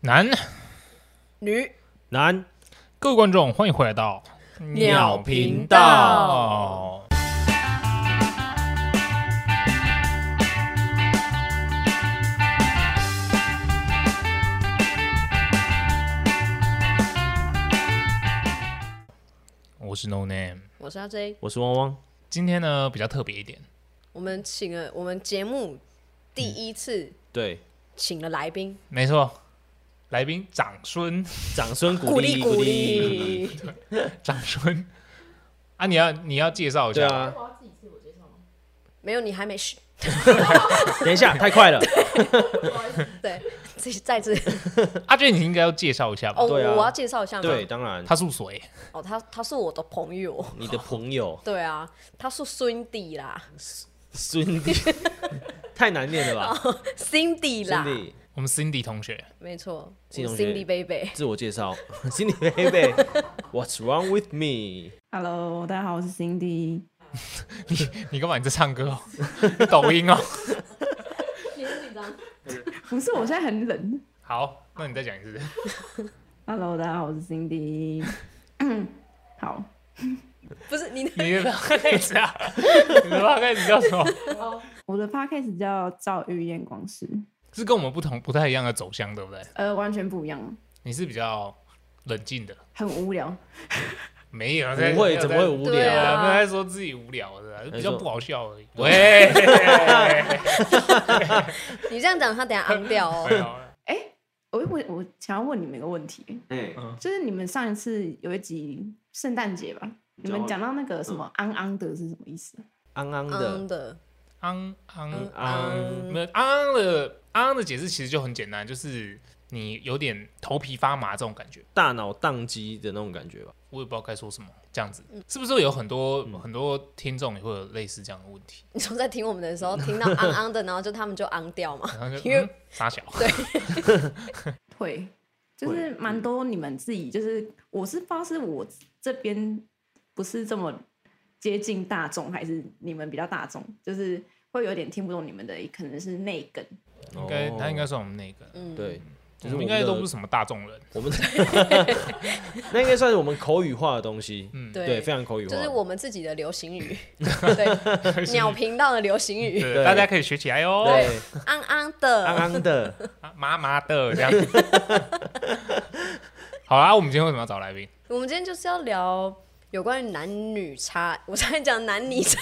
男，女男各位观众，欢迎回到鸟频道。我是 No Name，我是阿 J，我是汪汪，今天呢比较特别一点，我们请了我们节目第一次对，请了来宾，没错，来宾长孙，掌声鼓嗯鼓励励鼓。励。长孙啊，你要你要介绍一对下，啊， 没有你还没嘘，等一下，太快了。对，再再次阿俊，你应该要介绍一下吧？哦，对啊我要介绍一下吗？对，，当然，他是谁？哦，他他是我的朋友，你的朋友对啊，他是孙弟啦孙 俪，太难念了哦吧？ ，Cindy 孙啦，俪，我们 Cindy 同学，没错金同学，Cindy 贝贝，自我介绍， 心理贝贝，What's wrong with me？ Hello，大家好，我是 Cindy。 你干嘛你在唱歌、哦？ 抖音哦。不是，我现在很冷。好，那你再讲一次。 Hello，大家好，我是 Cindy。好，不是你 你的 podcast 啊，你的 podcast 叫什么？我的 podcast 叫《躁郁验光师》，是跟我们不同、不太一样的走向，对不对？呃，完全不一样，你是比较冷静的，很无聊。没有在不会，没有怎么在会无对对聊？啊，啊没有在说自己无聊的，比没较错不好笑而已。喂， 你这样讲，他等下昂掉哦 没。有我我我想要问你们一个问题，嗯，就是你们上一次有一集圣诞节吧，你们讲到那个什么“昂昂的”是什么意思？安安的嗯的，昂昂嗯昂，昂没有昂嗯的昂的解释其实就很简单，就是你有点头皮发麻这种感觉。大脑宕机的那种感觉吧？我也不知道该说什么，这样子嗯是不是有很多、很多听众也会有类似这样的问题？你从在听我们的时候听到昂昂的，然后就他们就昂掉嘛，然后就 因为嗯傻小，会，就是蛮多你们自己，就是我是不知道是我这边不是这么接近大众，还是你们比较大众，就是会有点听不懂你们的，可能是内梗。应该哦他应该算我们那个，嗯，对，我就们是我应该们的都不是什么大众人，我们 那应该算是我们口语化的东西。嗯对对，非常口语化。就是我们自己的流行 语，对，鸟频道的流行语，对，对大家可以学起来哦， 对，昂昂安的，安的，啊麻麻的这样。 好啊啦，我们今天为什么要找来宾？我们今天就是要聊有关于男女差， 我才讲男 女差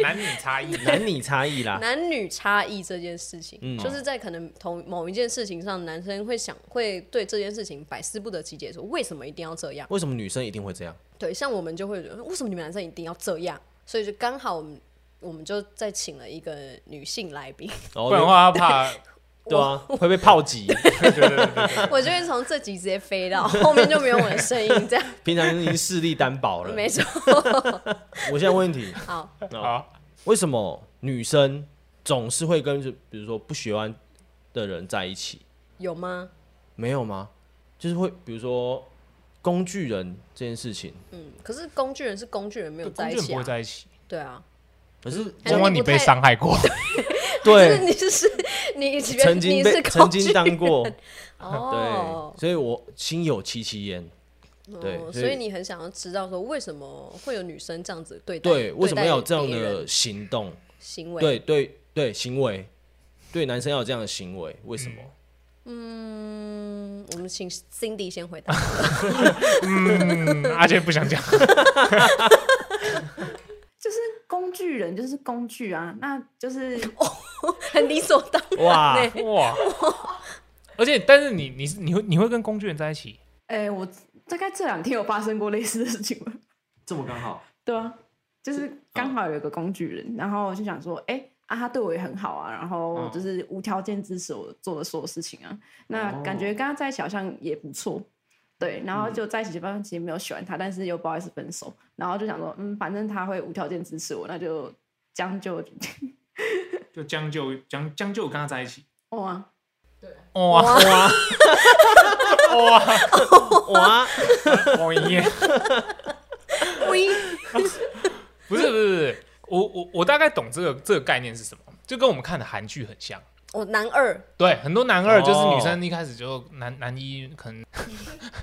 男女差异，男女差异啦。男女差异这件事情，嗯就是在可能同某一件事情上，男生会想会对这件事情百思不得其解，说为什么一定要这样？为什么女生一定会这样？对，像我们就会觉得为什么你们男生一定要这样？所以就刚好我们我们就再请了一个女性来 宾，然后不然的话他怕对啊，会被炮击。我就会从这集直接飞到后面就没有我的声音，这样平常已经视力担保了。没错。我现在问题，好，好，为什么女生总是会跟就比如说不喜欢的人在一起？有吗？没有吗？就是会比如说工具人这件事情，嗯，可是工具人是工具人，没有工在具一人起不会啊。在一起。对啊，可是还是汪汪，你不太被伤害 过，就是对你是你曾经你是工被具曾经当过，哦 对，，所以我心有戚戚焉。对哦，所所以以你很想要知道说为什么会有女生这样子对待对，为什么要有这样对待别的人行动？行为？对对对，行为，对男生要有这样的行为，为什么？嗯，我们请 Cindy 先回答。嗯阿杰不想讲，就是工具人，就是工具啊，那就是很理所当然。哇，哇！而且，但是你你是你会你会跟工具人在一起，哎、我大概这两天有发生过类似的事情吧？这么刚好，对啊，就是刚好有一个工具人，然后我就想说，哎、啊，他对我也很好啊，然后嗯就是无条件支持我做的所有事情啊，那哦感觉跟他在一起好像也不错。对，然后嗯就在一起，发现其实没有喜欢他，但是又不好意思分手，然后就想说，嗯，反正他会无条件支持我，那就将就。 就将就将将就跟他在一起。哦啊，哇哇哇！嗯哇，王爷 喂，不是不是不是，我我我大概懂这个这个概念是什么，就跟我们看的韩剧很像。我男二，对，很多男二就是哦女生一开始就男男一，可能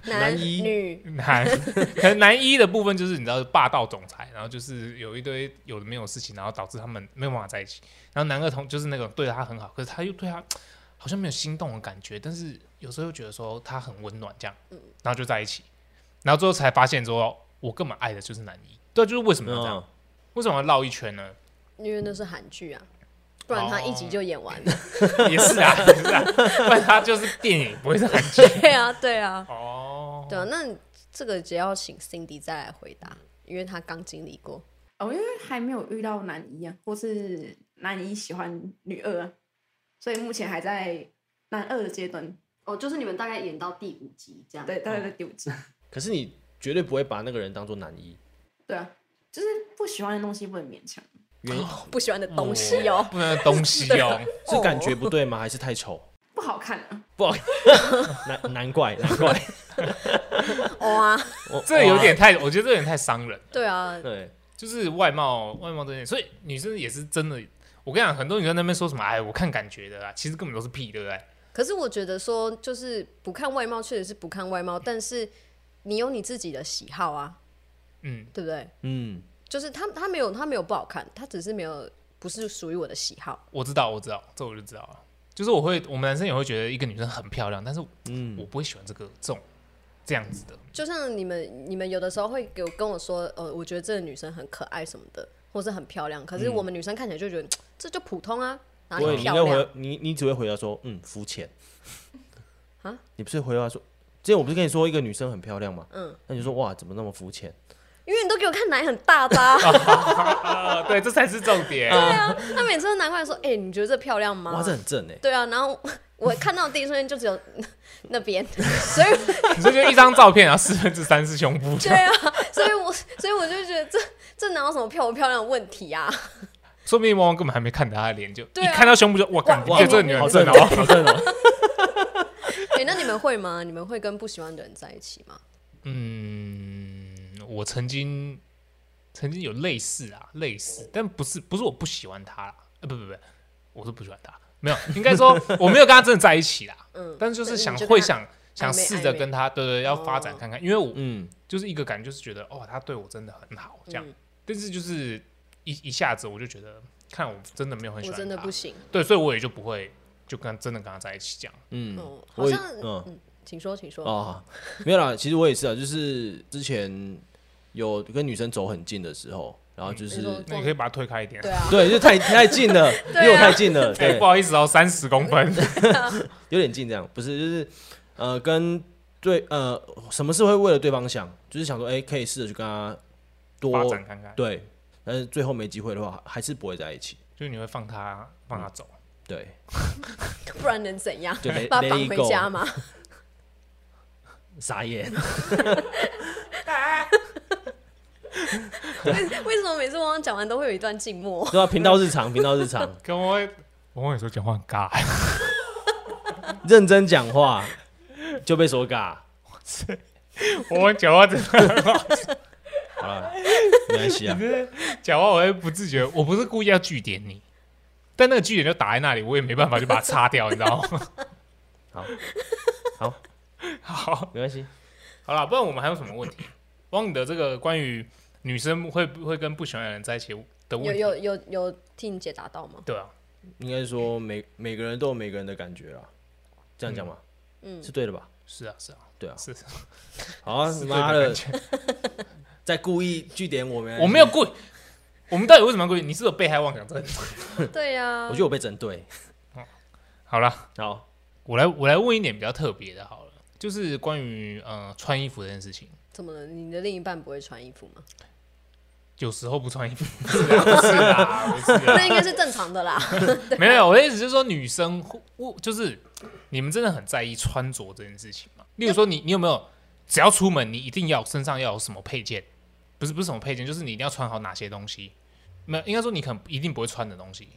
男男一女，男 可能男一的部分就是你知道霸道总裁，然后就是有一堆有的没有事情，然后导致他们没有办法在一起。然后男二同就是那种对他很好，可是他又对他好像没有心动的感觉，但是有时候又觉得说他很温暖这样，嗯然后就在一起，然后最后才发现说我根本爱的就是男一。对，就是为什么要这样？嗯，为什么要绕一圈呢？因为那是韩剧啊，不然他一集就演完了。也是啊， 也是啊，不然他就是电影，不会是韩剧。对啊，对啊，哦，对啊。那这个只要请 Cindy 再来回答，因为他刚经历过。哦，因为还没有遇到男一啊，或是男一喜欢女二啊，所以目前还在男二的阶段，哦，就是你们大概演到第五集这样。对，大概在第五集。可是你绝对不会把那个人当做男一，对啊，就是不喜欢的东西不能勉强。原因不喜欢的东西哦。不能东西 哦，是感觉不对吗？ 还是太丑？不好看啊，不好看，难难 怪难怪，哇，我这有点太，我觉得这有点太伤人。对啊 哇，对，就是外貌外貌这件事，所以女生也是真的。我跟你讲，很多女生在那边说什么，哎，我看感觉的啦，其实根本都是屁，对不对？可是我觉得说，就是不看外貌，确实是不看外貌，但是你有你自己的喜好啊，嗯，对不对？嗯，就是他他没有他没有不好看，他只是没有不是属于我的喜好。我知道，我知道，这我就知道了。就是我会，我们男生也会觉得一个女生很漂亮，但是嗯我不会喜欢这个这种这样子的。就像你们你们有的时候会给我跟我说，呃，我觉得这个女生很可爱什么的，或是很漂亮，可是我们女生看起来就觉得、嘖这就普通啊，哪不会，里嗯你漂应该亮？回你你只会回答说嗯肤浅啊，你不是回答说，之前我不是跟你说一个女生很漂亮吗？嗯嗯，那你就说哇怎么那么肤浅？因为你都给我看奶很大的、 啊， 啊，对，这才是重点。他每次都难怪说，哎、你觉得这漂亮吗？哇这很正哎，对啊，然后我看到的第一瞬间就只有那边， 所以 你说就一张照片，然后四分之三是胸部，对啊，所以我所以我就觉得这这哪有什么漂不漂亮的问题啊？说不定汪汪根本还没看到她的脸，就对一啊看到胸部就哇，感觉哇这个女人好好正正哦哦。好正哦，哎、那你们会吗？你们会跟不喜欢的人在一起吗？嗯，我曾经曾经有类似啊，类似，但不是不是我不喜欢他啦，呃，不不不，我是不喜欢他，没有，应该说 我没有跟他真的在一起啦，嗯，但是就但是是想你就跟会他想想暧昧试暧着昧跟他，对对，要发展哦看看，因为我嗯，就是一个感觉，就是觉得哦，他对我真的很好这样，嗯但是就是一一下子我就觉得，看我真的没有很喜我欢他，真的不行。对，所以我也就不会就跟真的跟他在一起这样，哦嗯，好我也像嗯嗯，请说，请说。哦，没有啦，其实我也是啊，就是之前有跟女生走很近的时候，然后就你说是那你可以把他推开一点，对啊， 对，就太太近了，对啊离我太近 了，哎，对不，好意思哦，三十公分，有点近这样，不是就是呃跟对呃什么事会为了对方想，就是想说哎、可以试着去跟他发多展看看，对，但是最后没机会的话还是不会在一起，就是你会放他放他走。对，不然能怎样？就 let 把他绑 let it 回家 go，吗？ 傻眼，为为什么每次汪汪讲完都会有一段静默？ 对吧、啊频道日 常，频道日常，跟我会，我跟你说讲话很尬， 认真讲话就被说尬，我讲话真的好了，没关系啊，讲话我会不自觉，我不是故意要据点你，但那个据点就打在那里，我也没办法就把它擦掉，你知道吗？好，好，好，没关系， 好了，不然我们还有什么问题？汪你的这个关于女生会不会跟不喜欢的人在一起的有问题，有有有替你解答到吗？对啊，应该说每每个人都有每个人的感觉啦，这样讲嘛，嗯是对的吧？是啊，是啊，对啊，是，好啊，是妈对的感，觉在故意据点我们，我没有故意，我们到底为什么要故意？你是不是有被害妄想症？对啊呀、我觉得我被针对。好了，好，我来我来问一点比较特别的，好了，就是关于呃穿衣服这件事情。怎么了？你的另一半不会穿衣服 吗？有时候不穿衣服， 是啊，不是啊，不是啊，那应该是正常的啦。 没有，我的意思就是说，女生会，我就是你们真的很在意穿着这件事情嘛？例如说你，你有没有只要出门，你一定要身上要有什么配件？不是不是什么配件，就是你一定要穿好哪些东西？没有，应该说你可能一定不会穿的东西。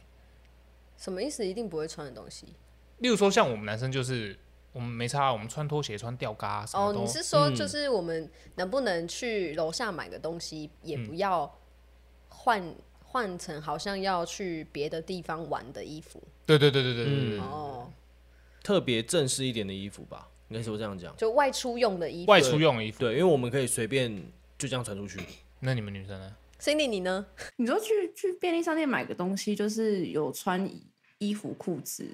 什么意思？一定不会穿的东西？例如说，像我们男生就是我们没差，我们穿拖鞋、穿吊嘎、什么哦，都。嗯你是说就是我们能不能去楼下买个东西，也嗯不要换换成好像要去别的地方玩的衣服？对对对对对对对嗯对，哦，特别正式一点的衣服吧，应该是我这样讲。就外出用的衣服。外出用的衣服。对，因为我们可以随便就这样传出去。那你们女生呢？ Cindy，你呢？你说去去便利商店买个东西，就是有穿衣衣服、裤子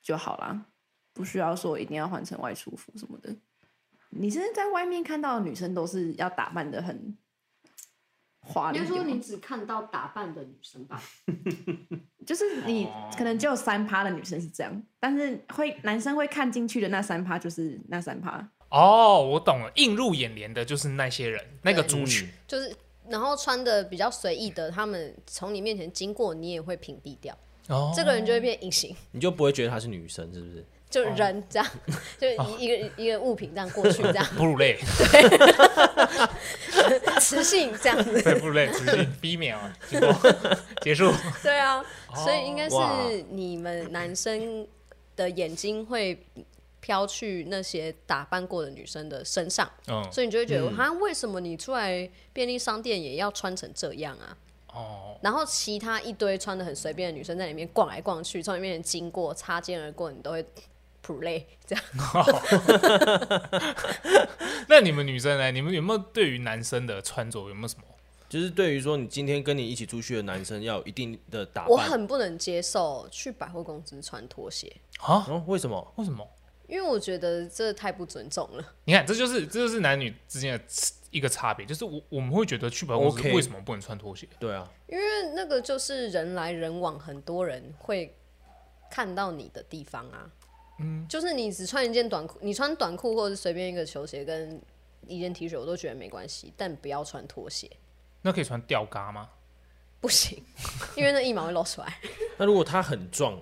就好啦，不需要说一定要换成外出服什么的。你现在在外面看到的女生都是要打扮的很华丽应的该吗，说你只看到打扮的女生 吧，就是你可能只有三趴的女生是这样，但是会男生会看进去的那三趴就是那三趴，哦，我懂了，映入眼帘的就是那些人，那个对族群。就是然后穿的比较随意的，他们从你面前经过，你也会屏蔽掉，哦，这个人就会变隐形，你就不会觉得她是女生，是不是？就哦人 这样，就一一个一个物品这样过去，这样哺乳类，磁性这样子，对哺乳类，雌 性 female，啊结果结束。 对啊，所以应该哦哇是你们男生的眼睛会飘去那些打扮过的女生的身上，哦嗯，所以你就会觉得，哈、为什么你出来便利商店也要穿成这样啊？哦，然后其他一堆穿的很随便的女生在里面逛来逛去，从里面经过擦肩而过，你都会普累 这样。那你们女生呢？你们有没有对于男生的穿着有没有什么？就是对于说你今天跟你一起出去的男生要有一定的打我扮。很不能接受去百货公司穿拖鞋，啊？哦，为什么？为什么？因为我觉得这太不尊重了。你看，这就是这就是男女之间的一个差别，就是我我们会觉得去百货公司 OK 为什么不能穿拖鞋？对啊，因为那个就是人来人往，很多人会看到你的地方啊。嗯，就是你只穿一件短裤，你穿短裤或者随便一个球鞋跟一件 T 恤，我都觉得没关系，但不要穿拖鞋， 那可以穿吊嘎吗？ 不行，因为那一毛会露出来， 那如果他很壮，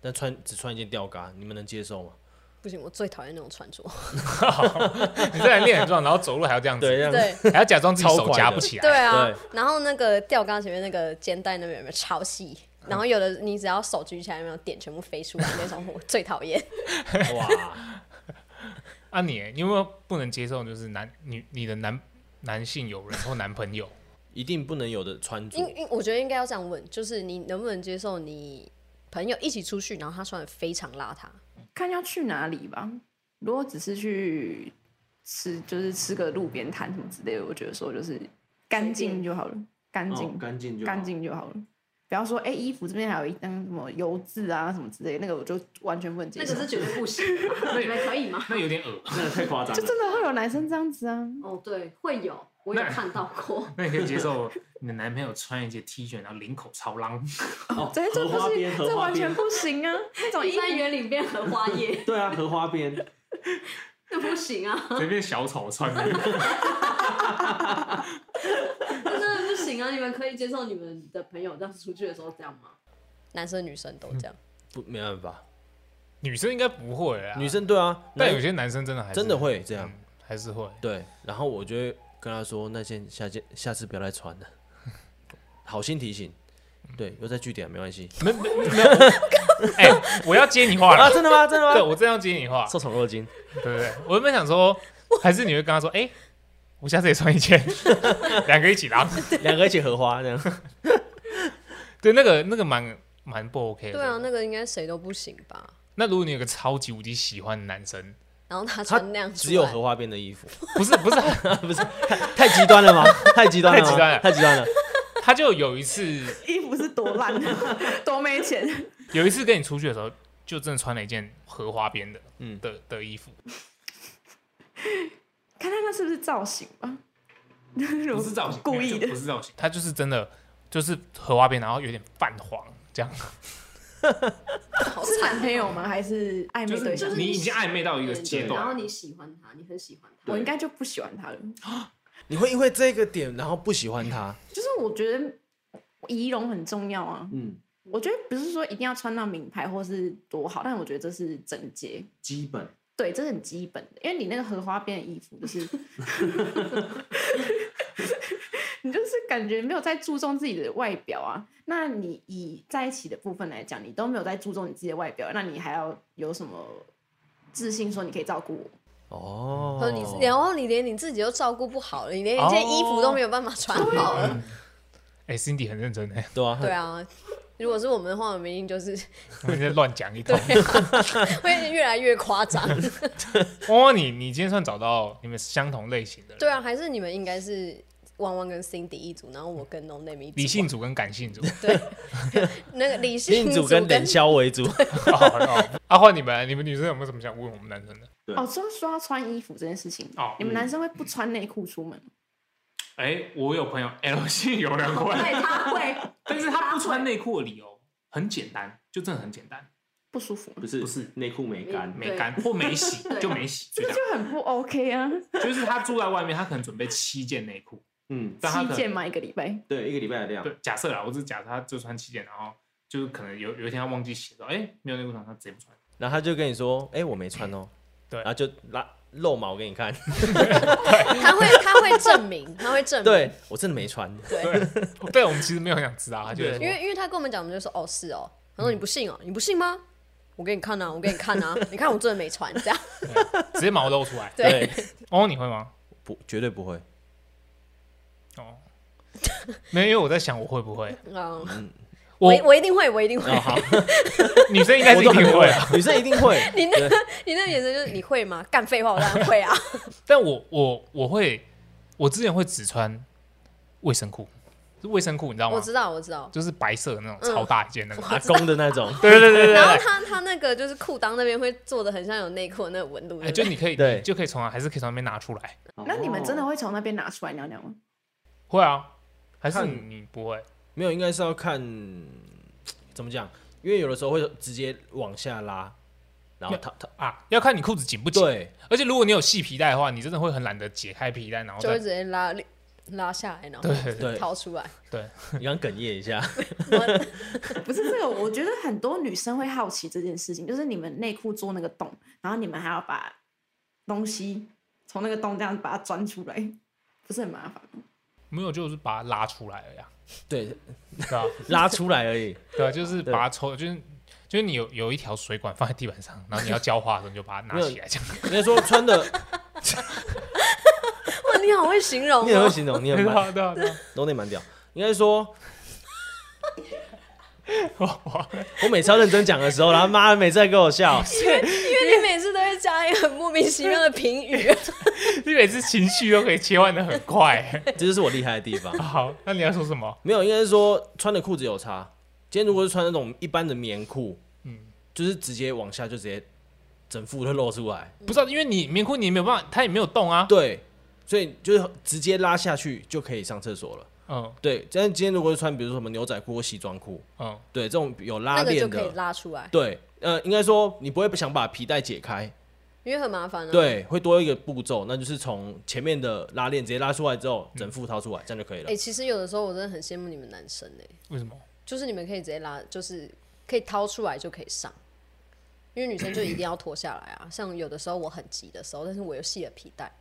但穿只穿一件吊嘎，你们能接受吗？不行，我最讨厌那种穿着。你这人练很壮，然后走路还要这样子，对，这样子对，还要假装自己超手快的夹不起来。对啊，对然后那个吊杆前面那个肩带那边有没有超细？然后有的你只要手举起来，有没有点全部飞出来那种，我最讨厌。哇，啊你，你有没有不能接受？就是男女你的男男性友人或男朋友，一定不能有的穿着应。应我觉得应该要这样问，就是你能不能接受你朋友一起出去，然后他穿的非常邋遢？看要去哪里吧。如果只是去吃，就是吃个路边摊什么之类的，我觉得说就是干净就好了，干哦净、哦干净就干。净就好了。不要说哎、衣服这边还有一张什么油渍啊什么之类的，那个我就完全不能接那受个。是绝对不行啊 的吧，你们可以吗？ 那有点 恶。 那个太夸张就了。真的会有男生这样子啊，哦，对，会有，我有那看到过，那你可以接受你的男朋友穿一件 T 恤，然后领口超浪？哦这这荷不花行边，，荷这花完全边，不行啊！那种衣服在园里变荷花叶，对啊，荷花边，那不行啊， 随便小丑穿的衣服。那真的不行啊！你们可以接受你们的朋友这样出去的时候这样吗？男生女生都这样，不，没办法， 女生应该不会啊，女，生对啊，但那有些男生真的还是嗯真的会这这样。，还是会。对，然后我就会跟他说，那件下件下次不要再穿了， 好心提醒。对，又在据点，没 关系。没没没有，哎，我要接你话啊， 了。真的吗？真的对，吗？我真要接你话，受宠 若惊。对不对？我原本想说，还是你会跟他说，哎，我下次也穿一件， 两个一起浪。两个一起荷花这样。对，那个那个蛮蛮不 OK 的。对啊，那个应该谁都不行吧？那如果你有个超级无敌喜欢的男生，然后他他穿那样出只有来荷花边的衣 服，不是不是，不是 太太极端 了吗？太极端了吗，太极端了太极端了。他就有一次衣 服是多烂，多没钱。有一次跟你出去的时候，就真的穿了一件荷花边的，嗯嗯的的衣服，看看那是不是造型吧？不 故意的，是造型，他就是真的就是荷花边，然后有点泛黄这样，好是惨男朋友吗？还是暧昧对象？就是你经暧昧到一然后你喜欢他，你很喜欢他，我应该就不喜欢他了。你会因为这个点，然后不喜欢他，就是我觉得仪容很重要啊。嗯，我觉得不是说一定要穿到名牌或是多好，但我觉得这是整洁，基本对，这是很基本的。因为你那个荷花边的衣服，就 是 你就是感觉没有在注重自己的外表啊。那你以在一起的部分来讲，你都没有在注重你自己的外表，那你还要有什么自信说你可以照顾我？哦哦然后你，然后你连你自己都照顾不好了，你连一嗯件衣服都没有办法穿好了。 哎、c i n d y 很认真哎、对啊，对啊，如果是我们的话，我们一定就是 我们在乱讲一对通。啊，会越来越夸张。哦，你你今天算找到你们相同类型的人，对啊，还是你们应该是汪汪跟 Cindy 一组，然后我跟 No Name 一组。理性组跟感性组。那个理性另组跟冷消为主，哦哦啊，换你们，你们女生有没有什么想问我们男生的？哦，说说到穿衣服这件事情，哦你们男生会不穿内裤出门？哎、我有朋友 L 姓有人对，他会，但是他不穿内裤的理由很简单，就真的很简单，不舒服， 不是不是内裤没干，对没干或没洗对就没洗，就这这 样。个就很不 OK 啊！就是他住在外面，他可能准备七件内裤，嗯，但他七可哦件能嘛一个礼拜，对，一个礼拜的量，对假设啦，我只是假设他就穿七件，然后就是可能有有一天他忘记洗的时候，哎、没有内裤穿，他直接不穿。然后他就跟你说：“哎，我没穿哦。”对然后就拉露毛给 你看， 他会他会证明，他会证明。对我真的没穿。对，哦对，啊对我们其实没有很想知道，他就因为因为他跟我们讲，我们就说哦是哦，他说你不信哦，你不信吗？我给你看啊，我给你看 啊，你看我真的没穿这样。直接毛露出来。对，哦，你会吗？不，绝对不会。哦，没有，因为我在想我会不会，嗯，我我哦我一定会，我一定会。好， 女生应该是我一都很定会啊。女生一定 会。 你那个 你那个眼神就是你会吗？干废话，我当然 会啊。但我我我会，我之前会只穿卫生裤，是卫生裤，你知道我吗？知道，我知道。就是白色的那种嗯超大一件那个。啊打工的那种，对对对对对然后对。他他那个就是裤裆那边会做的很像有内裤的那个纹路，哎，对就不对你可以，对你就可以从还是可以从那边拿出来。那你们真的哦会从那边拿出来尿尿吗？会啊，还是看你你不会？没有，应该是要看怎么讲，因为有的时候会直接往下拉，然后他他啊，要看你裤子紧不紧。对而且如果你有细皮带的话，你真的会很懒得解开皮带，然后就再会直接拉拉下来，然后对对对，掏出来。你刚哽咽 一下，不是这个，我觉得很多女生会好奇这件事情，就是你们内裤做那个洞，然后你们还要把东西从那个洞这样把它钻出来， 不是很麻烦吗？没有，就是把它拉出来而已 啊，对，对吧？拉出来而已。对啊，就是对把它抽，就是就是你有有一条水管放在地板上，然后你要浇花的时候你就把它拿没有起来，这样。人家说 穿的，哇， 你好会形容你很会哦！形容，你 对很蛮，啊对啊对啊，都得蛮屌。应该说， 哇我每次要认真讲的时候，然后妈的每次在给我笑，因为你每次都会加一个很莫名其妙的评 语，你每次情绪都可以切换的很 快。这就是我厉害的地方。好，那你要说什么？没有，应该是说穿的裤子有差。今天如果是穿那种一般的棉裤，嗯，就是直接往下就直接整副都露出来，不知道，因为你棉裤你也没有办法，它也没有动啊。对，所以就是直接拉下去就可以上厕所了。嗯对，但是今天如果是穿比如说什么牛仔裤或西装裤，嗯，对，这种有拉那个就链可以的，拉出来，对，呃，应该说你不会想把皮带解开，嗯因为很麻烦啊。，对，会多一个步骤，那就是从前面的拉链直接拉出来之后，整副掏出来，这样就可以了哎，。其实有的时候我真的很羡慕你们男生哎，为什么？就是你们可以直接拉，就是可以掏出来就可以上。因为女生就一定要脱下来啊， 像有的时候我很急的时候，但是我又系了皮带，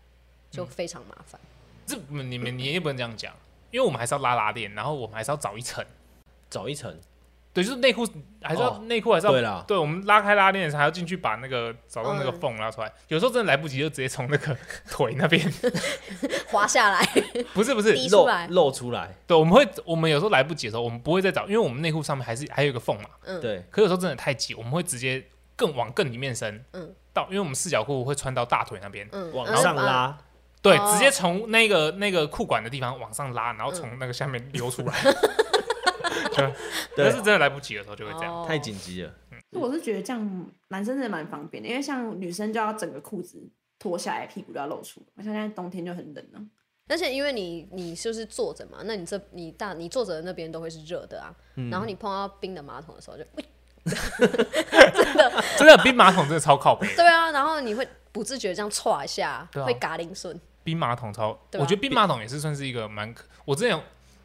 就非常麻 烦。这你们你也不能这样讲，因为我们还是要拉拉链，然后我们还是要找一层。找一层，对，就是内裤还是要哦内裤还是要对啦对，我们拉开拉链的时候还要进去把那个找到那个嗯缝拉出来，有时候真的来不及就直接从那个 腿那 边，滑下来，不是不是，滴出露来露出来，对，我们会我们有时候来不及的时候，我们不会再找，因为我们内裤上面还是还有一个缝嘛，嗯对，可有时候真的太急，我们会直接更往更里面伸，嗯到因为我们四角裤会穿到大腿那边，嗯，往然后上把，拉，对，哦直接从那个那个裤管的地方往上拉，然后嗯从那个下面流 出来。对，对但是真的来不及的时候就会这样。哦太紧急了。我是觉得这样男生真的蛮方便的，因为像女生就要整个裤子脱下来，屁股都要露出来，像现在冬天就很冷啊了、而且因为你你就是坐着嘛，那你这你大你坐着的那边都会是热的啊，嗯然后你碰到冰的马桶的时候就，喂真的冰马桶真的超靠背，对啊，然后你会不自觉这样歘一下，对啊会嘎铃顺，冰马桶超，对啊我觉得冰马桶也是算是一个蛮可。我之前有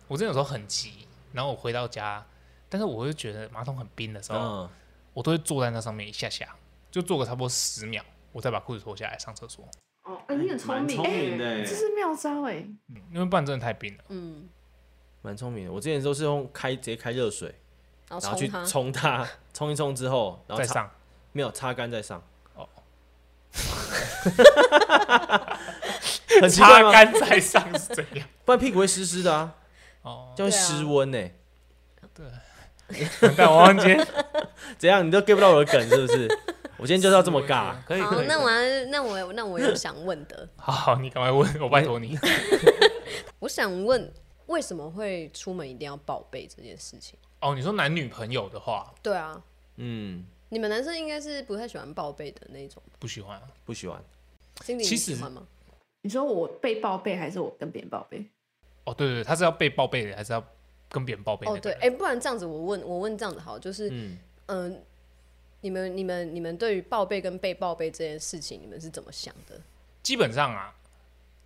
我之前有时候很急，然后我回到家，但是我会觉得马桶很冰的时候，嗯，我都会坐在那上面一下下，就坐个差不多十秒，我再把裤子脱下来上厕所，哦，哎，你很聪蛮明，聪明的，这欸，是妙招哎、嗯因为不然真的太冰了。嗯，蛮聪明的。我之前都是用开直接开热水，然后然后去哦冲它，冲它， 冲一冲之后，然后再擦 上，没有擦干再上。哦哦， 很奇怪擦吗？干再上是怎样？ 不然屁股会湿湿的啊，哦，这样会失温呢。对，但我忘记，怎样？你都 get 不到我的梗是不是？我今天就是要这么尬。可以，好可，以。那可以我要那我那我有想问的，好好，你赶快问我，拜托你。 我想问为什么会出门一定要报备这件事情？哦，你说男女朋友的话，对啊，嗯，你们男生应该是不太喜欢报备的那一种吧，不喜欢啊。不喜欢。心里其喜实欢吗？你说我被报备还是我跟别人报备？哦，对对，对他是要被报备的，还是要跟别人报备哦，那个对，人？哎、不然这样子，我问我问这样子好，就是嗯，嗯、呃你们你们你们对于报备跟被报备这件事情，你们是怎么想的？基本上啊，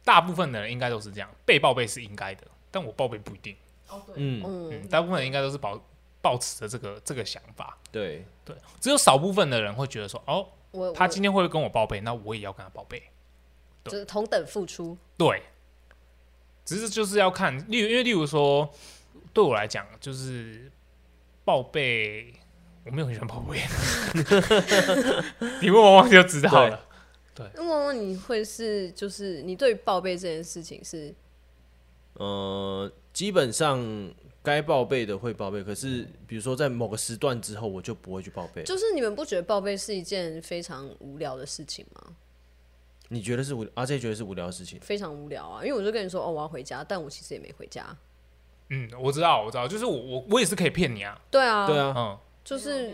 大部分的人应该都是这样，被报备是应该的，但我报备不一定。哦，对，嗯，嗯，嗯，大部分人应该都是保保持着这个这个想法，对，对，只有少部分的人会觉得说，哦，我他我今天会跟我报备，那我也要跟他报备。就是同等付出，对，只是就是要看，例如因为例如说，对我来讲就是报备，我没有很喜欢报备，你问我我就知道了。那问问你会是就是你对于报备这件事情是呃，基本上该报备的会报备，可是比如说在某个时段之后，我就不会去报备。就是你们不觉得报备是一件非常无聊的事情吗？你觉得是无阿 J 觉得是无聊的事情？非常无聊啊，因为我就跟你说哦，我要回家，但我其实也没回家。嗯，我知道，我知道，就是我我我也是可以骗你啊，对啊，对，啊，嗯，就是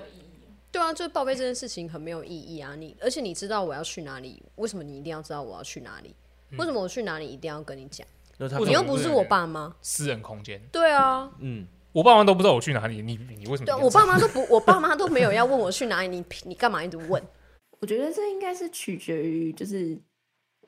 对啊，就是报备这件事情很没有意义啊。你而且你知道我要去哪里，为什么你一定要知道我要去哪里？为什么我去哪里一定要跟你讲？那他嗯为什你么又不是我爸妈。私人空间，对啊，嗯，我爸妈都不知道我去哪里，你你为什么一定对要啊知道？我爸妈都不，我爸妈都没有要问我去哪里，你你干嘛一直问？我觉得这应该是取决于，就是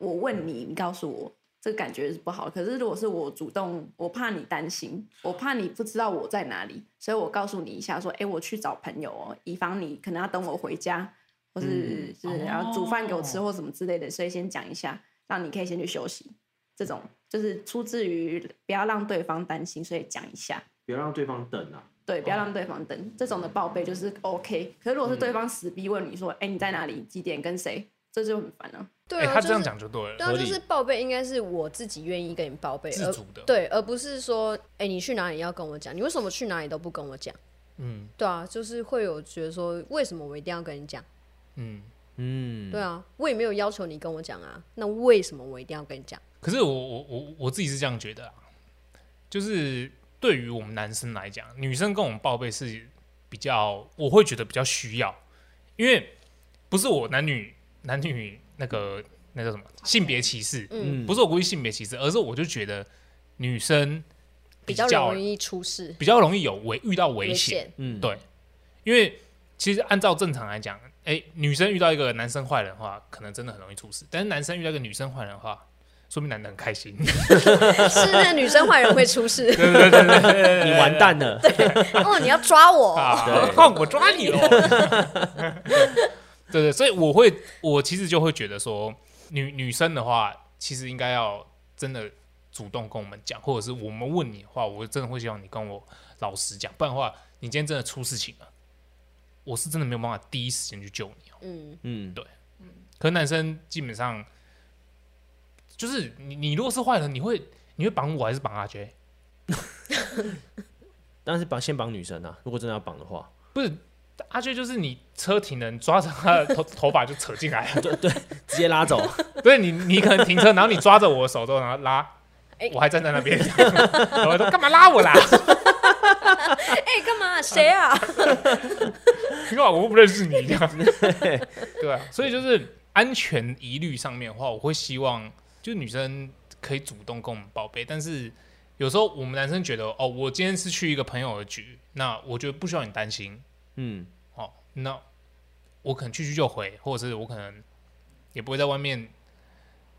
我问你，你告诉我，这个感觉是不好。可是如果是我主动，我怕你担心，我怕你不知道我在哪里，所以我告诉你一下，说，哎、我去找朋友哦，以防你可能要等我回家，或是就是然后煮饭给我吃哦或什么之类的，所以先讲一下，让你可以先去休息。这种就是出自于不要让对方担心，所以讲一下。不要让对方等啊。对，不要让对方等，这种的报备就是 OK。可是如果是对方死逼问你说，哎、你在哪里？几点？跟谁？这就很烦啊。对哎、啊，他就这样是讲就对了，对啊，合就理是报备应该是我自己愿意跟你报备，自而主的，对，而不是说，哎、你去哪里要跟我讲，你为什么去哪里都不跟我讲？嗯对啊，就是会有觉得说，为什么我一定要跟你讲？嗯。嗯，对啊，我也没有要求你跟我讲啊，那为什么我一定要跟你讲？可是我我我我自己是这样觉得啊，就是对于我们男生来讲，女生跟我们报备是比较，我会觉得比较需要，因为不是我男女男女那个那叫什么性别歧视，嗯，不是我故意性别歧视，而是我就觉得女生比较较容易出事，比较容易有危遇到危危险，险。嗯，对因为其实按照正常来讲，哎、女生遇到一个男生坏人的话，可能真的很容易出事，但是男生遇到一个女生坏人的话，说明男的很开 心。是那女生坏人会出事 你完蛋了。哦，你要抓我，啊对！看 我抓你了。对对，所以我会，我其实就会觉得说，女女生的话，其实应该要真的主动跟我们讲，或者是我们问你的话，我真的会希望你跟我老实讲，不然的话，你今天真的出事情了，我是真的没有办法第一时间去救你哦。嗯，嗯，可是男生基本上就是你，你如果是坏人，你会你会绑我还是绑阿杰？但是绑先绑女生啊，如果真的要绑的话，不是阿杰，就是你车停了，你抓着他的头 头发就扯进来了。直接拉 走。对你，你可能停车，然后你抓着我的手之后，然后拉哎，我还站在那边， 然后我说干嘛拉我啦？ 哎、干嘛？谁啊？ 因为我又不认识你这样。对啊，所以就是安全疑虑上面的话，我会希望就是女生可以主动跟我们报备，但是有时候我们男生觉得哦，我今天是去一个朋友的局，那我觉得不需要你担心嗯，哦，那我可能去去就回，或者是我可能也不会在外面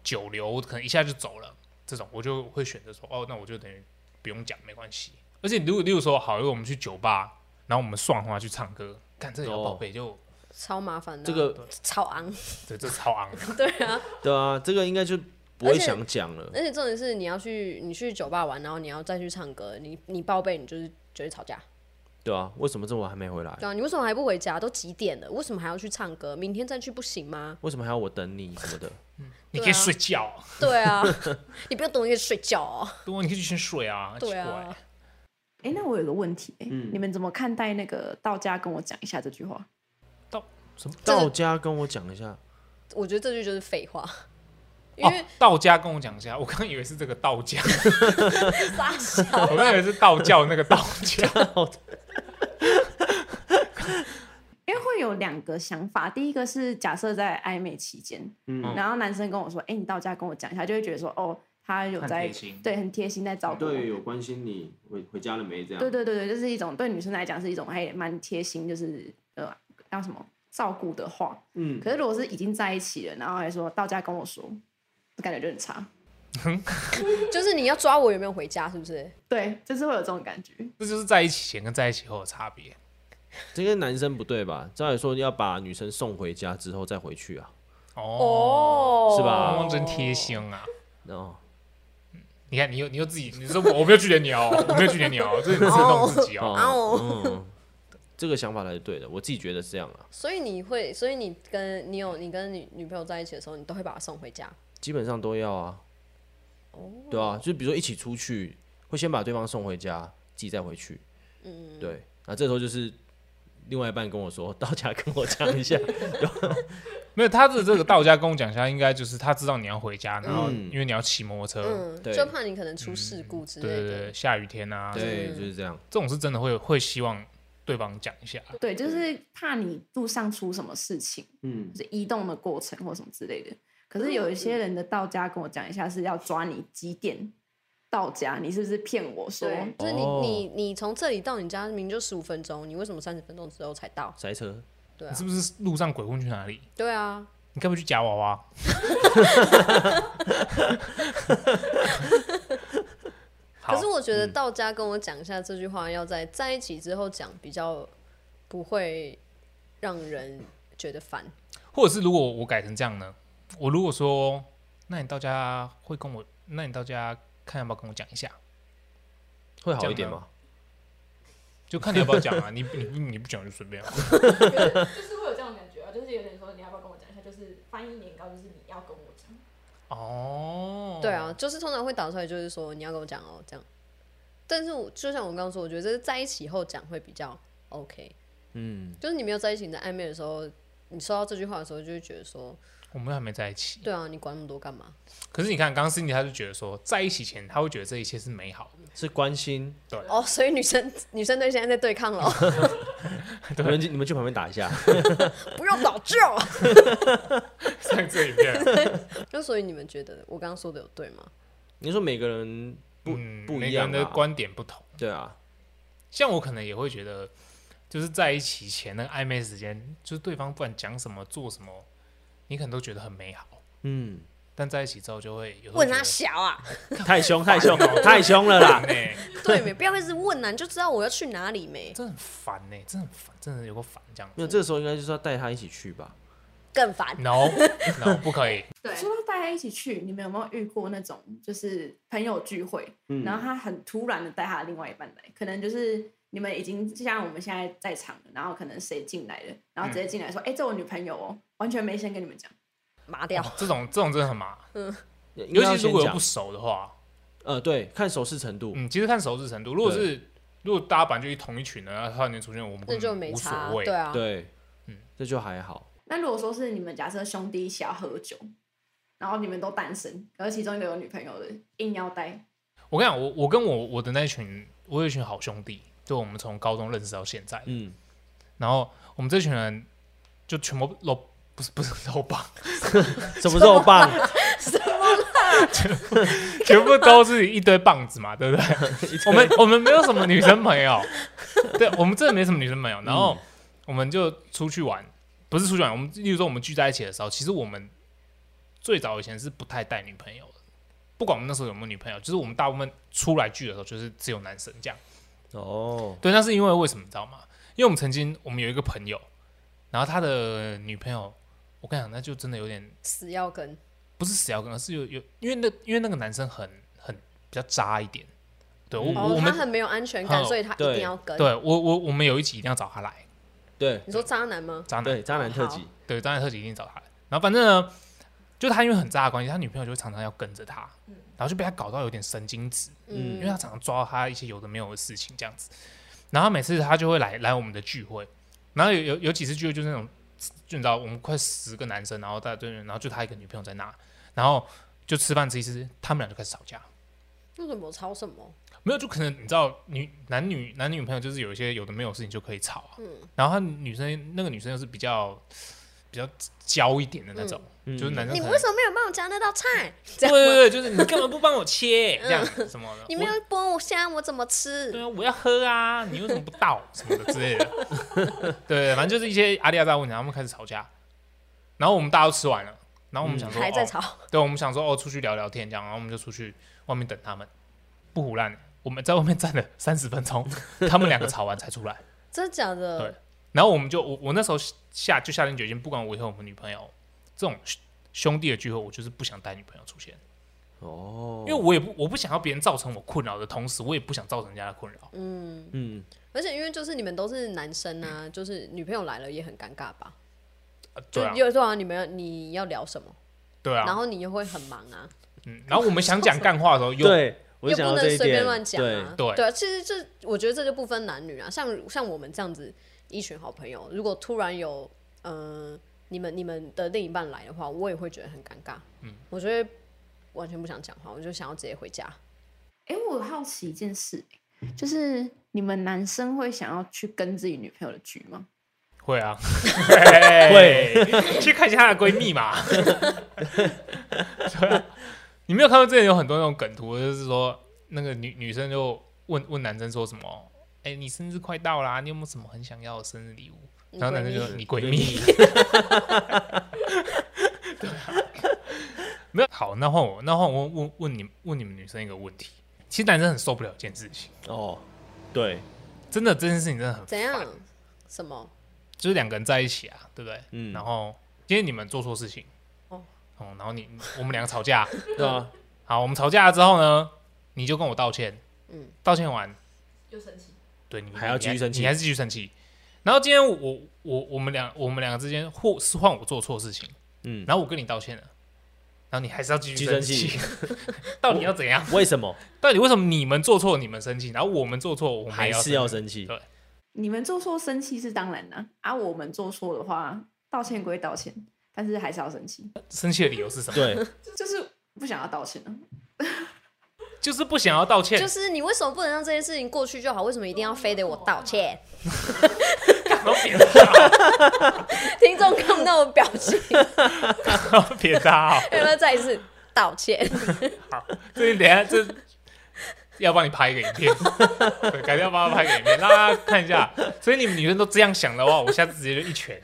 久留，我可能一下就走了，这种我就会选择说，哦，那我就等于不用讲，没关系。而且如果例如说，好，如果我们去酒吧，然后我们算的话去唱歌，干这也要哦报备，就超麻烦的啊、这个超昂，这这超昂，对啊，对啊，这个应该就而不会且想讲了。而且重点是你要去你去酒吧玩，然后你要再去唱歌，你你报备你就是就会吵架，对啊，为什么这么晚还没回来对？啊，你为什么还不回家？都几点了？为什么还要去唱歌？明天再去不行吗？ 为什么还要我等你什么的？你可以睡觉，对啊，你不要等我一个睡觉哦。对啊，你可以去先睡啊，对奇怪啊，哎，那我有个问题，哎、嗯你们怎么看待那个道家跟我讲一下这句话？什么这个道家跟我讲一下，我觉得这句就是废话，因哦为，道家跟我讲一下，我刚以为是这个道家，傻笑。我刚以为是道教那个道家。 因为会有两个想法，第一个是假设在暧昧期间，嗯然后男生跟我说，哎、你到家跟我讲一下，就会觉得说，哦，他有很在贴心对很贴心在照顾我，有关心你回回家了没这样对对对对，就是一种对女生来讲是一种还蛮贴心，就是呃叫什么照顾的话。嗯，可是如果是已经在一起了，然后还说到家跟我说，感觉就很差。 就是你要抓我有没有回家，是不是？对，就是会有这种感觉。这就是在一起前跟在一起后的差别。这跟男生不对吧？照理说要把女生送回家之后再回去啊，哦，哦，是吧汪汪真贴心啊！哦，你看，你又你又自己，你说我我没有拒绝你哦， 我没有拒绝你哦，这是你自动自己哦。哦哦，嗯，这个想法才是对的，我自己觉得是这样啊。所以你会，所以你跟你有你跟你女朋友在一起的时候，你都会把她送回家。基本上都要啊。哦对啊，就比如说一起出去，会先把对方送回家，自己再回去。嗯，对。那这时候就是另外一半跟我说， 到家跟我讲 一下。没有，他的这个道家跟我讲一下，应该就是他知道你要回家，然后嗯因为你要骑摩托车，嗯，对就怕你可能出事故之对类对的对，。下雨天啊，这对，就是这样。种是真的会会希望对方讲一下。对，就是怕你路上出什么事情，嗯就是移动的过程或什么之类的。可是有一些人的到家跟我讲一下是要抓你几点到家，你是不是骗我说？对啊就是你哦你你从这里到你家明明就十五分钟，你为什么三十分钟之后才到？塞车，对你啊是，不是路上鬼混去哪里？对啊，你该不会去夹娃 娃？好嗯可是我觉得道家跟我讲一下这句话，要在在一起之后讲，比较不会让人觉得烦。或者是如果我改成这样呢？我如果说，那你到家会跟我，那你到家看要不要跟我讲一下？会好一点吗？就看你要不要讲啊，你你你你不讲就随便啊。就是会有这种感觉啊，就是有点说你要不要跟我讲一下，就是翻译年糕，就是你要跟我讲。哦，对，啊，就是通常会打出来，就是说你要跟我讲哦，这样。但是我就像我刚刚说，我觉得这是在一起后讲会比较 OK。嗯，就是你没有在一起，你在暧昧的时候，你说到这句话的时候，就会觉得说，我们还没在一起。对啊，你管那么多干嘛？可是你看，刚刚 Cindy 他就觉得说，在一起前他会觉得这一切是美好的， 是关心。哦，所以女生女生对现在在对抗了哦， 你们去你们去旁边打一下。不用导致哦。在这里面， 啊那所以你们觉得我刚刚说的有对吗？你说每个人不嗯， 不每一个人样的啊观点不同。对啊，像我可能也会觉得，就是在一起前那个暧昧时间，就是对方不管讲什么做什么，你可能都觉得很美好，嗯，但在一起之后就会有时候问觉他得小啊，太凶 太凶太凶了啦。烦欸 对没？不要一直问啊，你就知道我要去哪里没？真的很烦呢、真的很烦，真的有个烦这样没有，子。这个时候应该就是要带他一起去吧。更烦。 No No 不可以，对，说到大家一起去，你们有没有遇过那种就是朋友聚会，然后他很突然的带他的另外一半来，可能就是你们已经就像我们现在在场了，然后可能谁进来了，然后直接进来说：“哎、这我女朋友哦，完全没先跟你们讲。麻掉。这种这种真的很麻，尤尤其是如果有不熟的话，呃，对，看熟识程度。嗯，其实看熟识程度，如果是如果大家本来就一同一群的，然后突然间出现，我们那根就本没无差所，谓对。啊，对，嗯这就还好。那如果说是你们假设兄弟一起要喝酒，然后你们都单身，而其中一个有女朋友的硬要带，我跟你讲，我我跟我我的那一群，我有一群好兄弟，就我们从高中认识到现在，嗯，然后我们这群人就全部都不是不是都棒， 什么肉 棒？全部都是一堆棒子嘛，对 不对？我们我们没有什么女生朋友，对我们真的没什么女生朋友。然后我们就出去玩，不是出去玩，我们例如说我们聚在一起的时候，其实我们最早以前是不太带女朋友的，不管我们那时候有没有女朋友，就是我们大部分出来聚的时候就是只有男生这样。哦，对，那是因为为什么你知道吗？因为我们曾经我们有一个朋友，然后他的女朋友，我跟你讲，那就真的有点死要跟不是死要跟，而是有有，因为那因为那个男生很很比较渣一点，对我、哦我，他们很没有安全感，哦所以他一对定要跟。对我我我们有一集一定要找他来，对你说渣男吗？渣男对，渣男特辑，对渣男特辑一定找他来，然后反正呢，就他因为很渣的关系，他女朋友就会常常要跟着他，嗯然后就被他搞到有点神经质，因为嗯他常常抓到他一些有的没有的事情这样子。然后每次他就会来来我们的聚会，然后有有有几次聚会就是那种，就你知道我们快十个男生，然后大家对，然后就他一个女朋友在那，然后就吃饭吃一吃，他们俩就开始吵架。那怎么吵什么？没有，就可能你知道女男女男女朋友就是有一些有的没有事情就可以吵啊。嗯然后她女生那个女生又是比较比较娇一点的那种，就是男生你可们能为什么没有帮我夹那道菜？对这样吗嗯对对，就是你干嘛不帮我切这样什么的？你没有我剥我虾，我怎么对吃？啊，我要喝啊，你为什么不倒什么的之类的？ 对，反正就是一些阿里阿扎的问题，然后他们开始吵架，然后我们大家都吃完了，然后我们想说、还在哦吵，对，我们想说哦，出去聊聊天这样，然后我们就出去外面等他们，不胡乱，我们在外面站了三十分钟，他们两个吵完才出来，真的假对的？然后我们就我我那时候下就下定决心，不管我以后有没有女朋友，这种兄兄弟的聚会，我就是不想带女朋友出现，哦因为我也不我不想要别人造成我困扰的同时，我也不想造成人家的困扰，嗯，嗯，而且因为就是你们都是男生啊，就是女朋友来了也很尴尬吧？呃就嗯对啊，有多少你们要你要聊什么，对然啊，后你又会很忙啊，嗯，然后我们想讲干话的时候又。对，我又就不想到能这一随便点，乱讲对啊。对对啊，其实这我觉得这就不分男女啊，像像我们这样子一群好朋友，如果突然有呃你们你们的另一半来的话，我也会觉得很尴尬。嗯，我觉得完全不想讲话，我就想要直接回家。哎、我好奇一件事、就是你们男生会想要去跟自己女朋友的局吗？会啊，会 去看一下她的闺蜜嘛。 对啊你没有看到之前有很多那种梗图，就是说那个女女生就问问男生说什么？哎、你生日快到啦，你有没有什么很想要的生日礼物？你然后闺男生蜜就说你闺蜜。啊 没有好，那换我，那换我问问问你问你们女生一个问题。其实男生很受不了一件事情，哦，对，真的这件事情真的很怎样？什么？就是两个人在一起啊，对不对？嗯然后今天你们做错事情，哦哦，然后你我们两个吵架， 对啊，好，我们吵架了之后呢，你就跟我道歉，嗯嗯，道歉完，又生气，对你还要继续生气你还是继续生气。然后今天我我我们两我们两个之间或是换我做错事情，嗯，然后我跟你道歉了，然后你还是要继续继续生气， 到底要怎样？为什么到底为什么你们做错你们生气，然后我们做错我们还也是要生气对？你们做错生气是当然啦、啊，我们做错的话，道歉归道歉，但是还是要生气，生气的理由是什么？对，就是不想要道歉啊了。就是不想要道歉，就是你为什么不能让这件事情过去就好？为什么一定要非得我道歉？然后别打，听众看不到我表情，然后 别打哦。要不要再一次道歉？ 这等一下这要帮你拍一个影片， 对，改天要帮他拍个影片，让大家看一下。所以你们女生都这样想的话，我下次直接就一拳。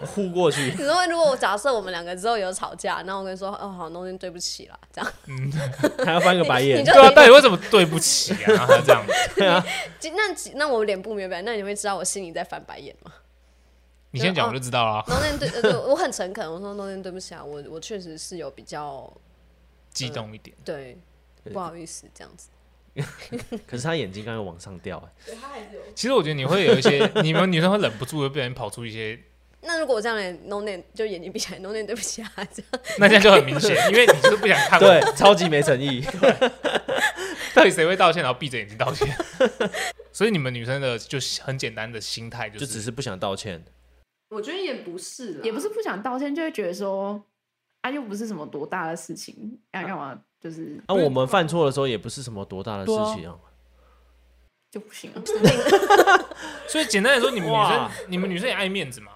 呼过去， 你说如果我假设我们两个之后有吵架，然后我跟你说，哦，好，那天对不起啦，这样还要翻个白你眼 啊就，对啊，到底为什么对不起啊？然后他这样，其那那我脸部没有表情，那你会知道我心里在翻白 眼吗？你先讲我就知道了。那天对，呃对我很诚恳，我说那天对不起啊，我我确实是有比较激动一点，对不好意思这样子。可是他眼睛刚刚往上掉，哎对他还是有其实我觉得你会有一些，你们女生会忍不住会被人跑出一些，那如果我这样脸 no name 就眼睛闭起来 no name 对不起啊，这样那这样就很明显， 因为你就是不想看。对，，超级没诚意，到底谁会道歉，然后闭着眼睛道歉？ 所以你们女生的就很简单的心态就，就是只是不想道歉，我觉得也不是啦，也不是不想道歉，就会觉得说，啊，又不是什么多大的事情，要干嘛就是那啊我们犯错的时候也不是什么多大的事情啊，就不行了。所以简单来说，你们女生哇你们女生也爱面子嘛，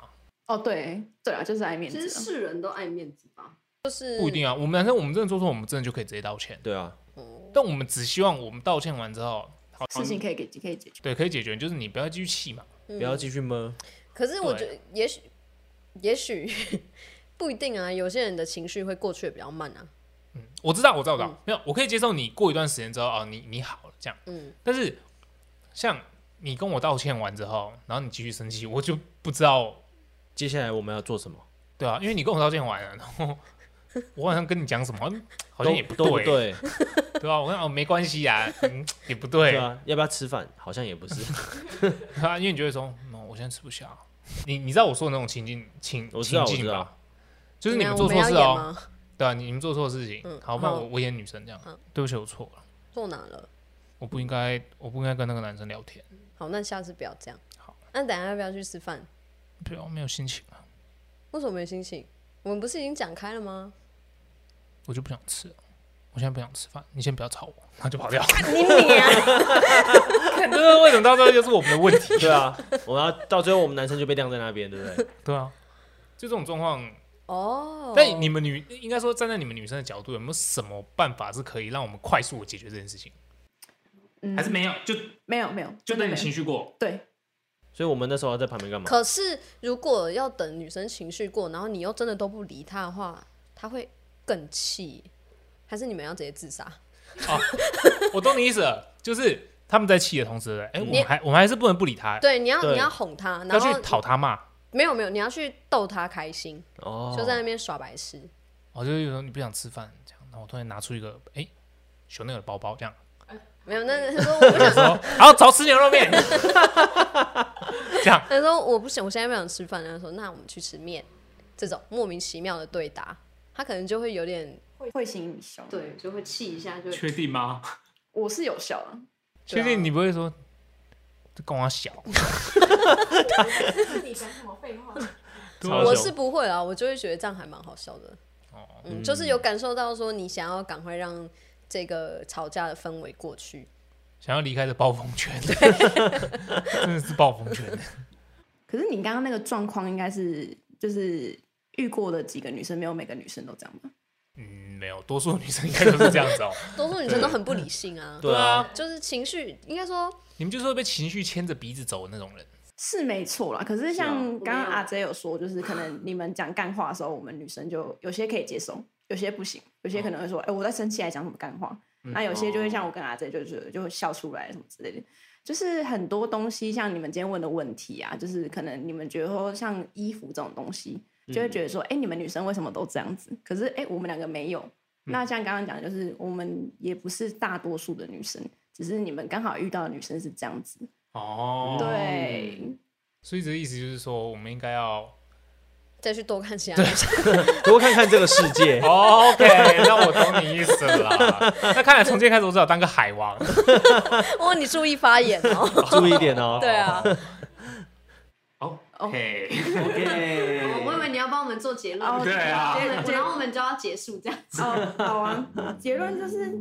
哦，对对啊，就是爱面其子实啊。世人都爱面子吧。就是不一定啊。我们男生我们真的做错，我们真的就可以直接道歉。对啊，但我们只希望我们道歉完之后，好事情可以给可以解决，对可以解决，就是你不要继续气嘛。啊不要继续闷，可是我觉对得，也许，也许不一定啊。有些人的情绪会过去的比较慢啊。我知道，我知道，我知道，没有，我可以接受你过一段时间之后哦，你你好了这样，嗯，但是像你跟我道歉完之后，然后你继续生气，我就不知道，接下来我们要做什么？对啊，因为你跟我道歉完了，然后我好像跟你讲什么，嗯好像都也不都不对，对，对啊，我想哦没关系呀、嗯，也不对对啊，要不要吃饭？好像也不是，啊，因为你就会说，嗯，我现在吃不下。你你知道我说的那种情境情我知情道我境知吧？道就是你怎么样们做我错要事演哦，吗？对啊，你你们做错事情嗯，好，不然好我我演女生这样嗯，对不起，我错了，做哪了？我不应该，我不应该跟那个男生聊天，好，那下次不要这样。好，那等一下要不要去吃饭？对啊，我没有心情啊，为什么没心情？我们不是已经讲开了吗？我就不想吃了，我现在不想吃饭，你先不要吵我，然后就 跑掉。 你你啊！看，这是为什么到最后就是我们的问题？ 对啊，我们要到最后我们男生就被晾在那边，对不对？对啊，就这种状况。 哦，但你们女应该说站在你们女生的角度，有没有什么办法是可以让我们快速的解决这件事情？嗯还是没有？就没有没有，就等真的没你有情绪过，对，所以我们那时候在旁边干嘛？可是如果要等女生情绪过，然后你又真的都不理她的话，她会更气，还是你们要直接自杀？ 我懂你意思了，就是他们在气的同时，哎、嗯我你们还我们还是不能不理他，对，你要对你要哄她，要然去后讨他骂。没有没有，你要去逗她开心，哦，就在那边耍白痴。我哦就是有时候你不想吃饭这样，然后我突然拿出一个哎。熊那个包包这 样，没有，那 他说我不我想，说好早吃牛肉面，这样他说我不想，我现在不想吃饭。他说那我们去吃面，这种莫名其妙的对答，他可能就会有点会心一笑。，对，就会气一下，就确定吗？我是有笑啊，确定你不会说这跟我 小，是你讲什么废话？对啊我是不会啊，我就会觉得这样还蛮好笑的。哦嗯，就是有感受到说你想要赶快让这个吵架的氛围过去。想要离开这暴风圈，真的是暴风圈。可是你刚刚那个状况应该是就是遇过的几个女生，没有每个女生都这样吧？嗯，没有，多数女生应该都是这样子哦、 多数女生都很不理性啊，对啊， 就是情绪应该说你们就是会被情绪牵着鼻子走的那种人。是没错啦，可是像我刚刚没有阿 J 有说，就是可能你们讲干话的时候，我们女生就有些可以接受，有些不行，有些可能会说，哎、我在生气还讲什么干话？那有些就会像我跟阿 J 就是就会笑出来什么之类的，就是很多东西，像你们今天问的问题啊，就是可能你们觉得说像衣服这种东西，就会觉得说，哎、你们女生为什么都这样子？可是哎、我们两个没有。那像刚刚讲的，就是我们也不是大多数的女生，只是你们刚好遇到的女生是这样子。哦，对，所以这个意思就是说，我们应该要。再去多看其他女生。多看看这个世界 OK。那 Oh, 我懂你意思 了啦。那看来从今天开始，我只好当个海王。哦，你注意发言 哦。注意一点哦。对啊， OK，哦我以为你要帮我们做结论，哦对啊 对然后我们就要结束这样子。哦，好啊。结论就是，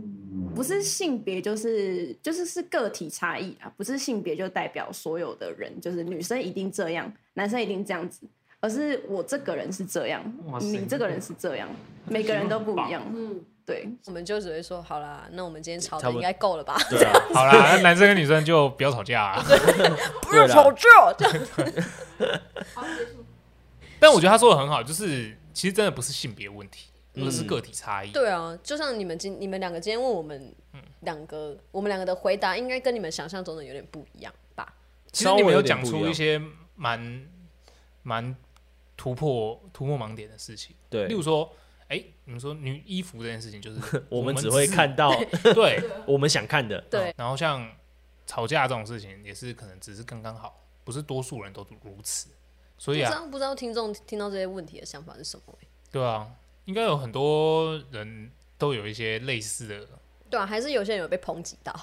不是性别就是就是是个体差异啊，不是性别就代表所有的人，就是女生一定这样，男生一定这样子，而是我这个人是这样哇，塞你这个人是这样，每个人都不一样。嗯，对，我们就只会说好啦，那我们今天吵差的不应多该够了吧？对啊，好啦，那男生跟女生就不要吵架、啊。不 对是啦吵架，这样好，结束。但我觉得他说的很好，就是其实真的不是性别问题，嗯而是个体差异。对啊，就像你们今你们两个今天问我们嗯两个，我们两个的回答应该跟你们想象中的有点不一样吧？其实你们稍微有有讲点不一样出一些蛮蛮突破突破盲点的事情，对例如说，哎、你们说女衣服这件事情，就是 我们只会自看到对我们想看的。对，然后像吵架这种事情，也是可能只是刚刚好，不是多数人都如此，所以不啊，知道不知道听众听到这些问题的想法是什么欸、对啊，应该有很多人都有一些类似的。对啊，还是有些人有被抨击到。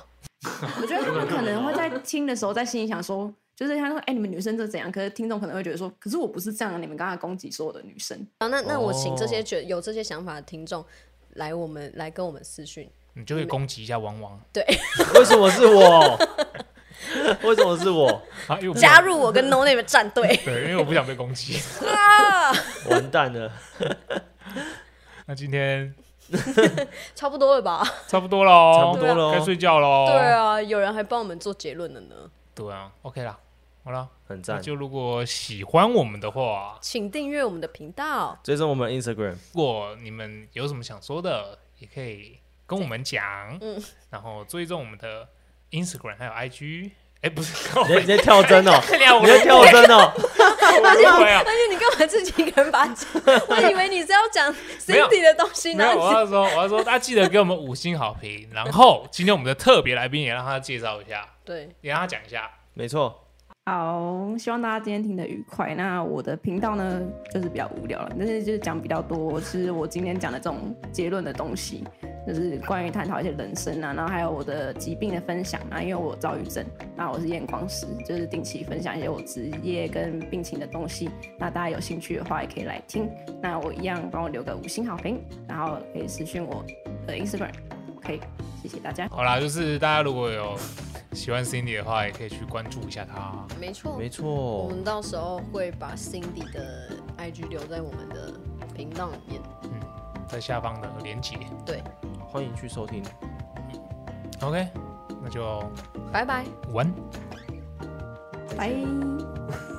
我觉得他们可能会在听的时候，在心里想说。就是他说：“哎、你们女生就怎样？”可是听众可能会觉得说：“可是我不是这样啊，你们刚才攻击所有的女生。啊，那那我请这些哦觉有这些想法的听众来我们来跟我们私讯，你嗯就会攻击一下汪汪为什么是我？ 为什么是我？啊，因为我不想加入我跟 No Name 的战队 对，因为我不想被攻击。 啊！完蛋了！那今天差不多了吧？差不多喽， 差不多了哦该睡觉喽。对啊，有人还帮我们做结论了呢，对啊，OK 啦，好啦，很那赞。就如果喜欢我们的话，请订阅我们的频道。追踪我们 Instagram，如果你们有什么想说的，也可以跟我们讲，嗯，然后追踪我们的 Instagram 还有 IG，哎，不 是，靠你在你背在跳针哦，哎呀，我你在跳针哦。我入 围啊而，哎且你干嘛自己一个人把它 讲？我以为你是要讲 Cindy 的东西没呢有，。我要说，我要说，大家记得给我们五星好评，然后今天我们的特别来宾也让他介绍一下，对，也让他讲一下，没错，好，希望大家今天听得愉快。那我的频道呢，就是比较无聊了，但是就是讲比较多，是我今天讲的这种结论的东西，就是关于探讨一些人生啊，然后还有我的疾病的分享啊，因为我有躁郁症，那我是验光师，就是定期分享一些我职业跟病情的东西。那大家有兴趣的话，也可以来听。那我一样帮我留个五星好评，然后可以私讯我的 Instagram。OK，谢谢大家。好啦，就是大家如果有喜欢 Cindy 的话，也可以去关注一下她。没错，没我错，们到时候会把 Cindy 的 IG 留在我们的频道里面。在下方的连结。对，欢迎去收听。 OK，那就拜拜。晚安。拜。